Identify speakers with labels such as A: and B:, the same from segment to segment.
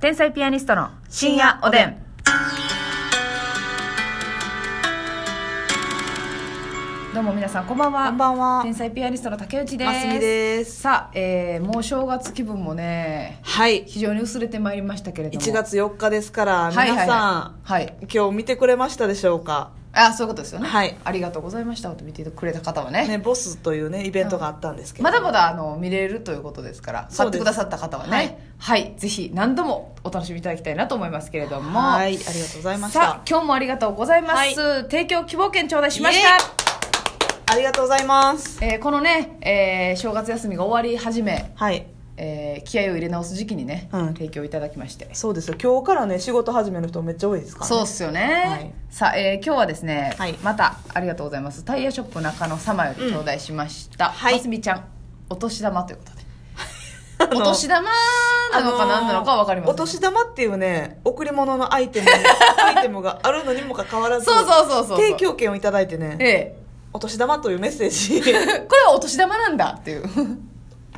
A: 天才ピアニストの深夜おでん。どうも皆さんこんばんは。
B: こんばんは
A: 天才ピアニストの竹内です。
B: ますみです
A: さあ、えー、もう正月気分もね、
B: はい
A: 非常に薄れてまいりましたけれども。
B: 1月4日ですから
A: はいはいはい
B: 皆さん
A: はい。
B: 今日見てくれましたでしょうか
A: あ、そういうことですよね。
B: はい
A: ありがとうございましたと見てくれた方はね。
B: ねボスというねイベントがあったんですけど
A: まだまだあの見れるということですから
B: そ
A: 買っ
B: う
A: て
B: です
A: くださった方はねはい、ぜひ何度もお楽しみいただきたいなと思いますけれども
B: はいありがとうございました
A: さあ今日もありがとうございます、提供希望券頂戴しました
B: ありがとうございます
A: えーこのね、えー正月休みが終わり始め、
B: はい
A: えー気合を入れ直す時期にね、
B: うん
A: 提供いただきまして
B: そうですよ今日からね仕事始める人めっちゃ多いですからね
A: そうっすよね、
B: はい
A: さあ、えー今日はですね、
B: はい
A: またありがとうございますタイヤショップ中野様より頂戴しました、
B: はい
A: ますみちゃんお年玉ということで
B: あの
A: お年玉なのか何なのか分かりません、
B: お年玉っていうね贈り物のアイテ ムアイテムがあるのにもかかわらず
A: そうそうそうそう
B: 提供券をいただいてね
A: え
B: お年玉というメッセージ
A: えこれはお年玉なんだっていう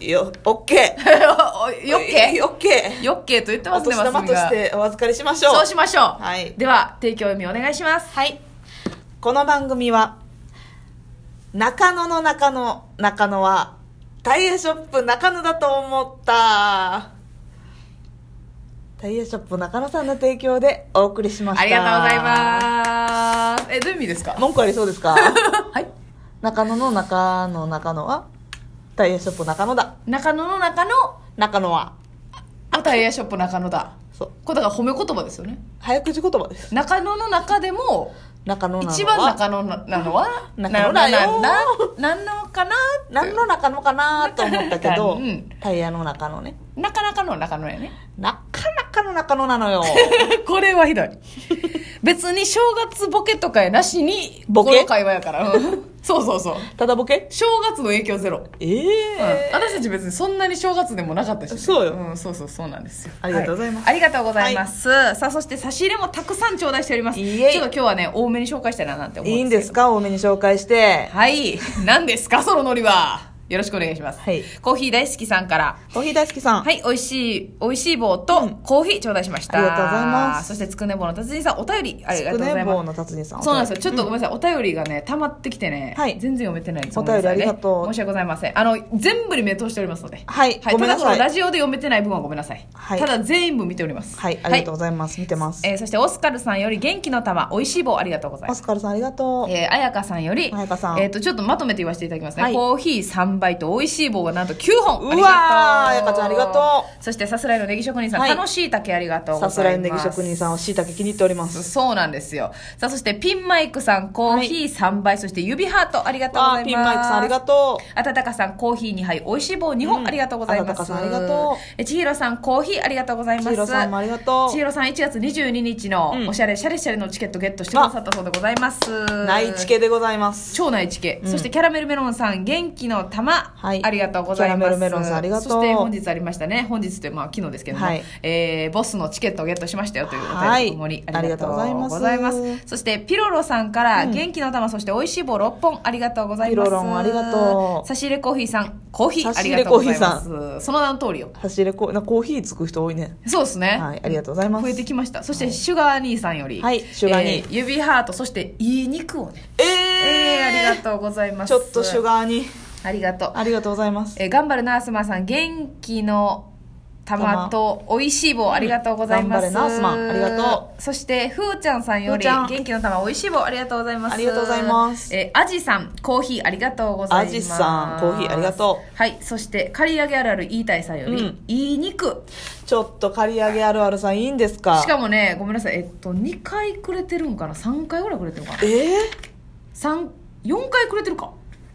B: よオッケー
A: よっけ
B: オッケー
A: よっけと言ってま
B: お
A: すね
B: 年玉
A: マス
B: と
A: ミが
B: してお預かりしましょう
A: そうしましょう、
B: はい
A: では提供読みお願いします
B: はい。この番組は、中野の中野、中野は、タイヤショップ中野だと思った。タイヤショップ中野さんの提供でお送りしました。
A: ありがとうございますえどういう意味ですか
B: 文句ありそうですか
A: はい
B: 中野の中の中野は、タイヤショップ中野だ。
A: 中野の中の
B: 中野は。
A: あタイヤショップ中野だ
B: そう。
A: これだから褒め言葉ですよね
B: 早口言葉です。
A: 中野の中でも
B: 中野なのは。
A: 一番中野ななのは
B: 中野だ
A: な
B: よ
A: なななんなのかなって
B: 何の中野かなと思ったけど、
A: 中野うん
B: タイヤの中野ね。
A: なかなかの中野やね
B: なかなかの中野なのよ。
A: これはひどい 別に正月ボケとかやなしに
B: ボケ
A: この会話や からうんそうそうそう
B: ただボケ
A: 正月の影響ゼロ、うん
B: ええ
A: 私たち別にそんなに正月でもなかったしね、
B: そうよ
A: ん、そうそうそうなんですよ
B: ありがとうございます
A: はありがとうございます、さあそして差し入れもたくさん頂戴しております
B: いえい
A: ちょっと今日はね多めに紹介したいななんて思うん
B: いいん
A: で
B: ですす
A: けど
B: か多めに紹介して。
A: はい何ですか そのノリはよろしくお願いします、
B: はい
A: コーヒー大好きさんから
B: コーヒー大好きさん。
A: はい、美味しい、美味しい棒とコーヒー頂戴しました。
B: ありがとうございます
A: そして、つくね棒の達人さん、お便りありがとうござい
B: 棒
A: ま
B: の達人さん。
A: す。そうなんですよ。ちょっとごめんなさい、お便りがね、溜まってきてね、
B: はい
A: 全然読めてないです。
B: お便り
A: ごめんなさいね
B: ありがとう
A: 申し訳ございません。あの、全部に目通しておりますので。
B: はい
A: はい、
B: ごめんな
A: ただ
B: さ
A: こ
B: い
A: のラジオで読めてない分はごめんなさい。
B: はい
A: ただ全員分見ております。
B: はい、ありがとうご
A: う
B: ざいます。見てます。
A: えーそして、オスカルさんより元気の玉、美味しい棒ありがとうござい
B: オ
A: ます。
B: スカルさんありがとう。
A: えー、彩香さんより、
B: 彩香さん
A: えっ、と、ちょっとまとめて言わせていただきますね。
B: はい
A: コーヒー3倍と美味しい棒がなんと9本。
B: う
A: ありがと
B: わー彩香ちゃんありがと
A: う。そして、さすらいのネギ職人さん、
B: はい
A: 楽しい竹ありがとうござい
B: さ
A: ます。
B: すらいのネギ職人さんをしいたけ気に入っております。
A: そうなんですよ。さあ、そして、ピンマイクさん、コーヒー3倍、そして、指ハート、ありがとうござい
B: わ
A: ま
B: ー
A: す。
B: ピンマイクさんありがと
A: あたたかさん、コーヒー2杯、美味しい棒2本、
B: うん
A: ありがとうございます。
B: あたたかさんありがとう
A: え。ちひろさん、コーヒー、ありがとうございます。
B: ちひろさんもありがとう
A: ちひろさん、1月22日の
B: う、ん
A: おしゃれ、シャレシャレのチケットゲットしてくださったそうでございます。
B: う。内地系でございます。
A: 超内地系、そしてキャラメルメロンさん元気の玉、
B: い
A: ありがとうございます
B: キャラメルメロンさんありがとう
A: そして本日ありましたね本日ってまあ昨日ですけども、
B: はい
A: えーボスのチケットをゲットしましたよというお
B: は
A: 便り
B: い
A: とともに
B: ありがとうございます
A: ありがとうございますそしてピロロさんから元気の玉、そして美味しい棒6本ありがとうございます
B: ピロロンありがとう
A: 差し入れコーヒーさんコーヒー
B: 差
A: あ
B: し
A: り
B: 入
A: が
B: れ
A: とう
B: コ
A: ご
B: ーヒ
A: ざ
B: ー
A: い
B: さん
A: ますその名の通りよ
B: 差し入れコー、なコーヒーつく人多いね。
A: そうですね
B: はい、ありがとうございます。
A: 増えてきましたそしてシュガー兄さんより、
B: はいシュガー兄
A: えー指ハートそしていい肉をね
B: えー、
A: えー、ありがとうございます
B: ちょっとシュガーに。
A: ありがとう。
B: ありがとうございます。
A: えー、頑張るナースマンさん、元気の玉と美味しい棒、ありがとうございます。
B: 頑張れナースマンありがと
A: う。そして、ふーちゃんさんより、
B: ふーちゃ
A: 元
B: ん
A: 気の玉、美味しい棒、ありがとうございます。
B: ありがとうございます
A: えー、アジさん、コーヒー、ありがとうございます。
B: アジさんコーヒーありがと
A: う。はい、そして、刈り上げあるある、イータイさんより、
B: うん
A: いい肉。
B: ちょっと刈り上げあるあるさんいいんですか
A: しかもね、ごめんなさい、えっと、2回くれてるんかな ?3 回ぐらいくれてるのかな
B: えー、
A: 三4回くれてるか。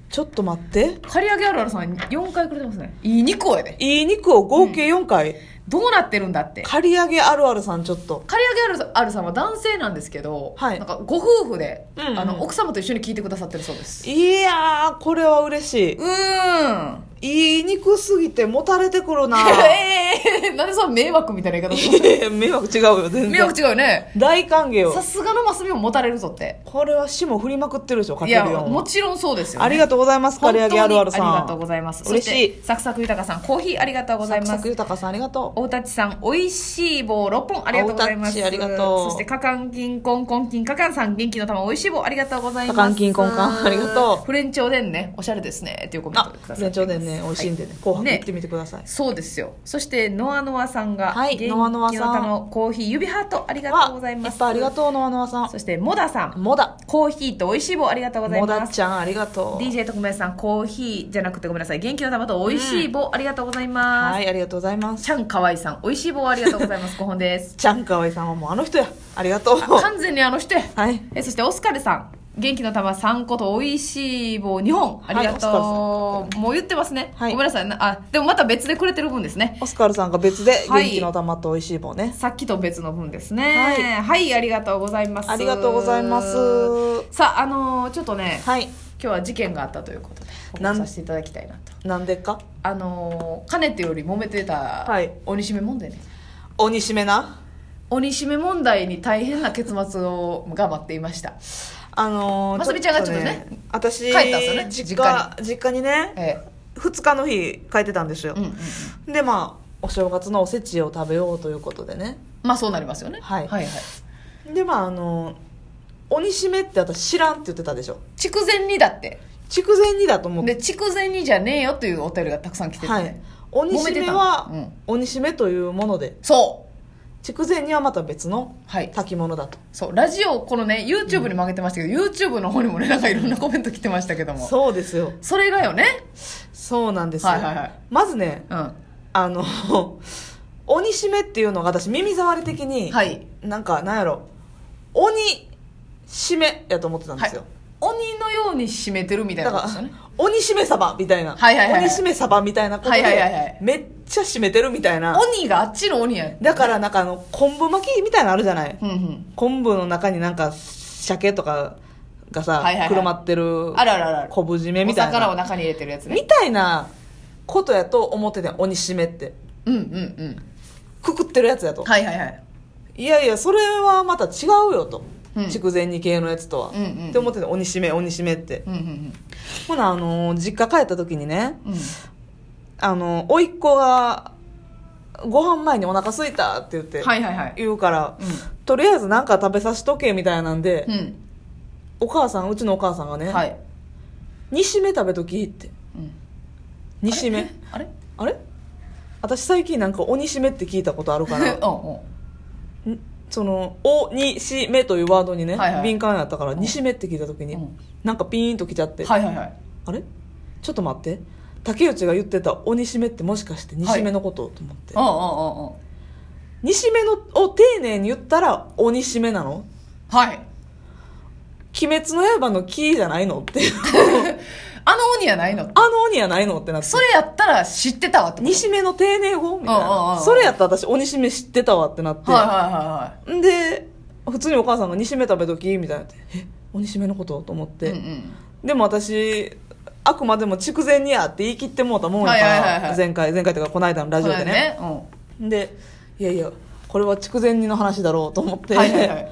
B: ちょっと待って。
A: 刈り上げあるあるさん、4回くれてますね。いい肉をやで。
B: いい肉を合計4回、
A: どうなってるんだって。
B: 刈り上げあるあるさんちょっと
A: 刈り上げあるあるさんは男性なんですけど、
B: はい
A: なんかご夫婦で、
B: うんうん
A: あの奥様と一緒に聞いてくださってるそうです
B: いやーこれは嬉し
A: うーん
B: いいい肉すぎてもたれて くるな
A: えー、なんでその迷惑みたいな言い方する
B: いやいや迷惑違うよ 全
A: 迷
B: 然
A: 惑違うよね
B: 大歓迎
A: さ
B: よ
A: すがのマスミも持たれるぞって
B: これは霜振りまくってるでしょか
A: い
B: ける
A: や
B: 4
A: もちろんそうですよ、ね、
B: ありが
A: と
B: とうございます刈り上げあるあるさん
A: ありがとうございます
B: 嬉し
A: そ
B: い
A: てサクサク豊さんコーヒーありがとうござい
B: サ
A: ます
B: クサク豊さんありがと
A: 大立さん、おいしい棒6本、ありがとうございま
B: 大立
A: す。
B: ありがと
A: そ
B: う
A: して、かかんきんこんこんきんかかんさん、元気の玉、おいしい棒、ありがとうございます。
B: かかんきんこんかんありがとう
A: フレンチおでんね、おしゃれですね、というコメント
B: あ
A: でくださ
B: 全
A: ってます
B: 長でね美味しいんでね、
A: は
B: 紅白
A: ね
B: 行ってみてください、
A: そうですよ。そして、ノアノアさんが、
B: は
A: 元
B: い
A: 気
B: ノアノ
A: の
B: アさん
A: 玉、コーヒー、指ハート、ありがとうございます。
B: わいっぱいありがとうノアノアさ
A: そして、モダさ
B: ん
A: ん、
B: モダ
A: コーヒーとおいしい棒、ありがとうござい
B: モ
A: ま
B: ダ
A: す。
B: ちゃんありがとう
A: DJ 特命さん、コーヒーじゃなくてごめんなさい。元気の玉とおいしい棒、ありがとうございます。
B: はいありがとうございます
A: ちゃんかわいさん、おいしい棒ありがとうございます。5本です。
B: ちゃんかおいさんはもうあの人やありがとう
A: 完全にあの人や
B: はい
A: えそしてオスカルさん、元気の玉3個とおいしい棒2本、ありがとう。
B: はいオスカル
A: もう言ってますね、
B: はい
A: ごめんなさいな。あ、でもまた別でくれてる分ですね。
B: オスカルさんが別で
A: はい
B: 元気の玉と美味しい棒ね、
A: さっきと別の分ですね。は
B: はいい、
A: ありがとうございます。
B: ありがとうございます
A: さあ、あのーちょっとね、
B: はい
A: 今日は事件があったということで、報
B: な
A: 告
B: ん
A: させていただきたいなと。
B: なんでか
A: あのーかねてより揉めてた
B: はい
A: 鬼しめ問題ね、
B: 鬼しめな
A: 鬼しめ問題に大変な結末をが待っていました
B: あのー
A: ますみちゃんがちょっとね
B: 私
A: 帰ったんですよね
B: 実
A: 実家
B: 家実家にね
A: え
B: 2日の日帰ってたんですよ
A: え、うんうんうん
B: でまあお正月のおせちを食べようということでね
A: まあそうなりますよね
B: はい
A: はいはい
B: でまああの鬼しめって私知らんって言ってたでしょ
A: 筑前煮だって
B: 筑前煮だと思って
A: で筑前煮じゃねえよというお便りがたくさん来てて、
B: はい鬼しめ
A: 揉めて
B: は
A: た
B: 鬼しめというもので
A: そう
B: 筑前煮はまた別の
A: はい
B: 炊き物だと
A: そうラジオこのね YouTube にも上げてましたけど、YouTube の方にもねなんかいろんなコメント来てましたけどもそ
B: そうですよ
A: れがよね
B: そうなんですよ、
A: はいはいはい
B: まずね
A: うん
B: あの 鬼しめっていうのが私耳障り的に、
A: はい
B: なんかなんやろ鬼しめやと思ってたんで
A: はい
B: すよ、
A: 鬼のように締めてるみたい
B: だ
A: な
B: か
A: ことですよね
B: ら鬼しめ鯖みたいな、
A: はいはいはい
B: 鬼しめ鯖みたいなことで、
A: はいはいはいはい
B: めっちゃ締めてるみたいな
A: 鬼があっちの鬼や
B: だからなんかあの昆布巻きみたいなのあるじゃない、
A: うんうん
B: 昆布の中になんか鮭とかが
A: は
B: さ、
A: いはいはい
B: くるまってる
A: あるあるあるある
B: 昆布締め
A: お
B: みたい
A: 魚を
B: な
A: 中に入れてるやつね
B: みたいなことやと思ってて鬼しめって
A: うんうんうん
B: くくってるやつやと、
A: はいはいはい
B: い、やいやそれはまた違うよと、
A: うん
B: 筑前煮系のやつとは、
A: うんうんうん
B: って思ってて鬼しめ鬼しめって、
A: うんうん
B: ほなあのー実家帰った時にね
A: うんうん
B: あの甥っ子がご飯前にお腹空いたって言って、
A: はいはいはい
B: 言うから、
A: う
B: とりあえずなんか食べさしとけみたいなんで、
A: うん
B: お母さんうちのお母さんがね
A: は
B: 「
A: い、
B: 煮しめ食べとき」って
A: うん、
B: 「煮しめ
A: あれ」
B: あれ私最近なんか「お煮しめ」って聞いたことあるか ら
A: うん
B: んその「お煮しめ」というワードにね、
A: はいはい
B: 敏感やったから「煮しめ」って聞いた時に、
A: うん
B: なんかピーンときちゃっ
A: う
B: て
A: ん、はいはいはい
B: あれちょっと待って竹内が言ってた「お煮しめ」ってもしかして煮しめのこと、と思って
A: うんうんうんうん
B: 煮しめのを丁寧に言ったら「お煮しめ」なの
A: はい
B: 鬼滅の刃の木じゃないのっていう
A: あの鬼やないの
B: あの鬼やないのってなって
A: それやったら知ってたわってこと
B: 煮しめの丁寧語みたい
A: うんうんうんう
B: なんそれやったら私お煮しめ知ってたわってなって、
A: はいはいはいは
B: んで普通にお母さんが「煮しめ食べとき」みたいになって「えお煮しめのこと?」と思っ
A: い
B: て、
A: うんうん
B: でも私あくまでも筑前煮やって言い切ってもうたもんやか
A: は
B: ら、
A: いはいはいはい
B: 前回前回というかこの間のラジオでね
A: こ
B: でいやいやこれは筑前煮の話だろうと思って、
A: れねうんはいはいはい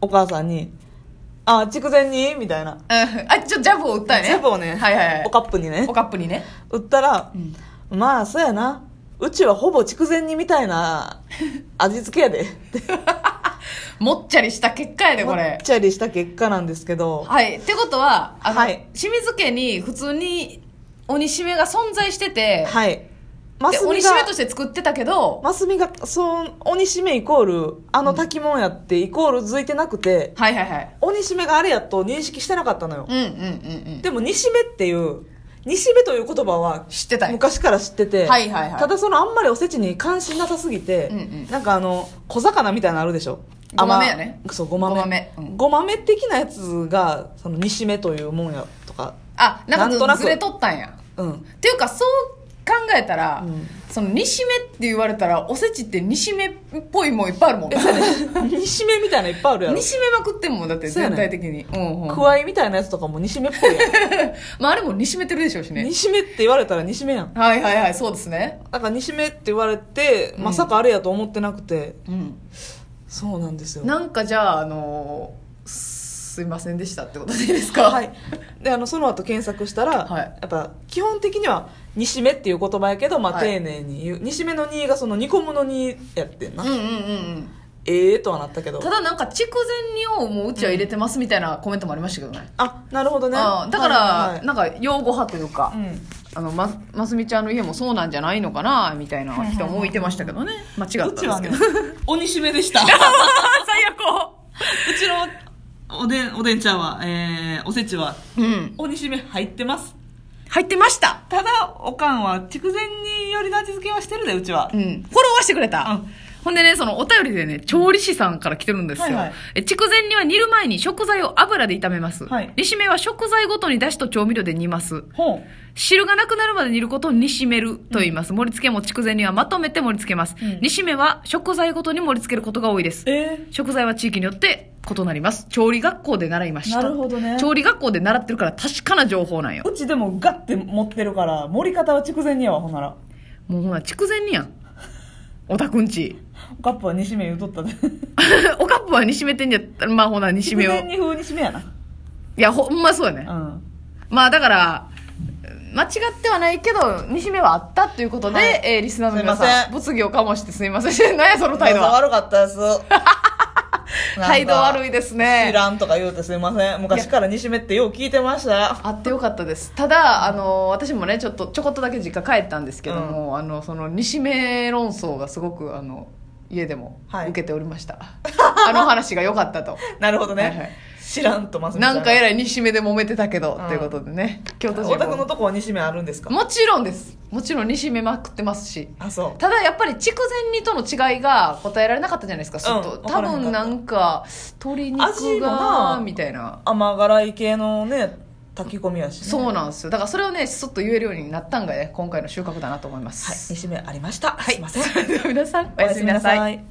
B: お母さんに「あ筑前煮?」みたいな、
A: うんあちょジャブを打ったよね
B: ジャブをね
A: はいはいはい
B: おカップにね
A: おカップにね
B: 売ったら、
A: ん
B: まあそうやなうちはほぼ筑前煮みたい な味付けやで
A: もっちゃりした結果やでこ
B: も
A: れ
B: っちゃりした結果なんですけど
A: はいってことはあの、
B: はい
A: 清水家に普通に鬼しめが存在してて、
B: はいマ
A: で
B: スミ
A: 鬼し
B: が
A: めとして作ってたけど
B: マスミがそう鬼しめイコールあの炊き物やってイコール付いてなくて、
A: はいはいはい
B: 鬼しめがあれやと認識してなかったのよ
A: う、んうんうんうん
B: でも煮しめっていう煮しめという言葉は
A: 知ってたよ
B: 昔から知ってて、
A: はいはいはい
B: ただそのあんまりおせちに関心なさすぎて、
A: うんうん
B: なんかあの小魚みたいなのあるでしょ
A: ごまめやね
B: 甘そうごまめ
A: ごまめうん
B: ごまめ的なやつがその煮しめというもんやとか
A: あな
B: なんんと
A: か
B: なく
A: ずれとったんや
B: うん
A: っていうかそう考えたら、
B: うん
A: その煮しめって言われたらおせちって煮しめっぽいもんいっぱいあるもんね
B: 煮しめみたいなのいっぱいあるやろ
A: 煮しめまくってんもんだって
B: そうや
A: 全
B: ね
A: 体的にうんうん
B: くわいみたいなやつとかも煮しめっぽいやん
A: まああれも煮しめてるでしょうし ね
B: 煮しめって言われたら煮しめやん
A: はいはいはいそうですね
B: だから煮しめって言われて、
A: うん
B: まさかあれやと思ってなくて
A: うん
B: そうなんですよ
A: なんかじゃああのーすいませんでしたってことでいいですか
B: はい、であのその後検索したら、
A: はい
B: やっぱ基本的には煮しめっていう言葉やけど、まあ、
A: はい
B: 丁寧に言う、煮しめの煮がその煮込むの煮やってんな、
A: うんうんうん
B: ええとはなったけ
A: う
B: ど
A: んただなんか筑前煮をもううちは入れてますみたいなコメントもありましたけどね、
B: あなるほどね
A: あだか
B: はい
A: ら
B: はい
A: なんか用語派というか、
B: はいうん
A: あのまますみちゃんの家もそうなんじゃないのかなみたいな人もいてましたけどね間違
B: う
A: っ
B: ち
A: た
B: は
A: ん
B: ね
A: ですけど
B: 鬼しめでしたう
A: 最悪
B: ちのおでんおでんちゃんは、えー、おせちは
A: うん
B: 鬼しめ入ってます
A: 入ってました
B: ただおかんは筑前煮よりの味付けはしてるでうちは
A: うんフォローはしてくれた、
B: うん
A: ほんでね、そのお便りでね、調理師さんから来てるんですよ。
B: はいはい
A: え筑前煮は煮る前に食材を油で炒めます。
B: はい
A: 煮しめは食材ごとに出汁と調味料で煮ます。
B: ほう
A: 汁がなくなるまで煮ることを煮しめると言います。盛り付けも筑前煮はまとめて盛り付けます。
B: うん
A: 煮しめは食材ごとに盛り付けることが多いです。
B: え
A: 食材は地域によって異なります。調理学校で習いました。
B: なるほどね
A: 調理学校で習ってるから確かな情報なんよ。
B: うちでもガッて持ってるから盛り方は筑前煮やわほんなら
A: もうほら、筑前煮やん。おたくんち。
B: おかっぱは煮しめ言うとったで
A: おかっぷは煮しめてんじゃ、まあほな、煮し
B: 筑
A: めを。
B: 前煮風煮しめやない
A: や、ほんまそうやね。
B: うん
A: まあだから、間違ってはないけど、煮しめはあったということで、
B: はい
A: えーリスナーの皆
B: すいま
A: さ
B: せ
A: ん、
B: ん
A: 物議をかもしてすみません。何やその態度は。
B: 悪 かったです
A: 態度悪
B: い
A: いですね
B: 知。らんとか言うてすいません昔から煮しめってよう聞いてました
A: あってよかったです。ただ、あの、私もね、ちょっと、ちょこっとだけ実家帰ったんですけども、あの、その、西目論争がすごく、あの、家でも
B: はい
A: 受けておりました。あの話が良か ったと。
B: なるほどね、
A: はいはい
B: 知らんとますみちゃ
A: なんんかえらい西目で揉めてたけど、
B: うん
A: ということでね。京都人
B: お宅の
A: も。
B: とこは煮しめあるんですか
A: もちろんです。もちろん西目まくってますし。
B: あそう
A: ただやっぱり筑前煮との違いが答えられなかったじゃないですか、ずっ
B: うん
A: と。
B: わか
A: 多
B: らへんかった
A: 分なんか、鶏
B: 味
A: 肉
B: もな
A: が、みたいな。
B: 甘辛い系のね炊き込みやし、ね、
A: そうなんですよだからそれをねすっと言えるようになったんがね今回の収穫だなと思いま
B: はい
A: す、
B: 煮しめありました、はい、すいません
A: それでは皆さんお
B: お
A: やすみなさい
B: い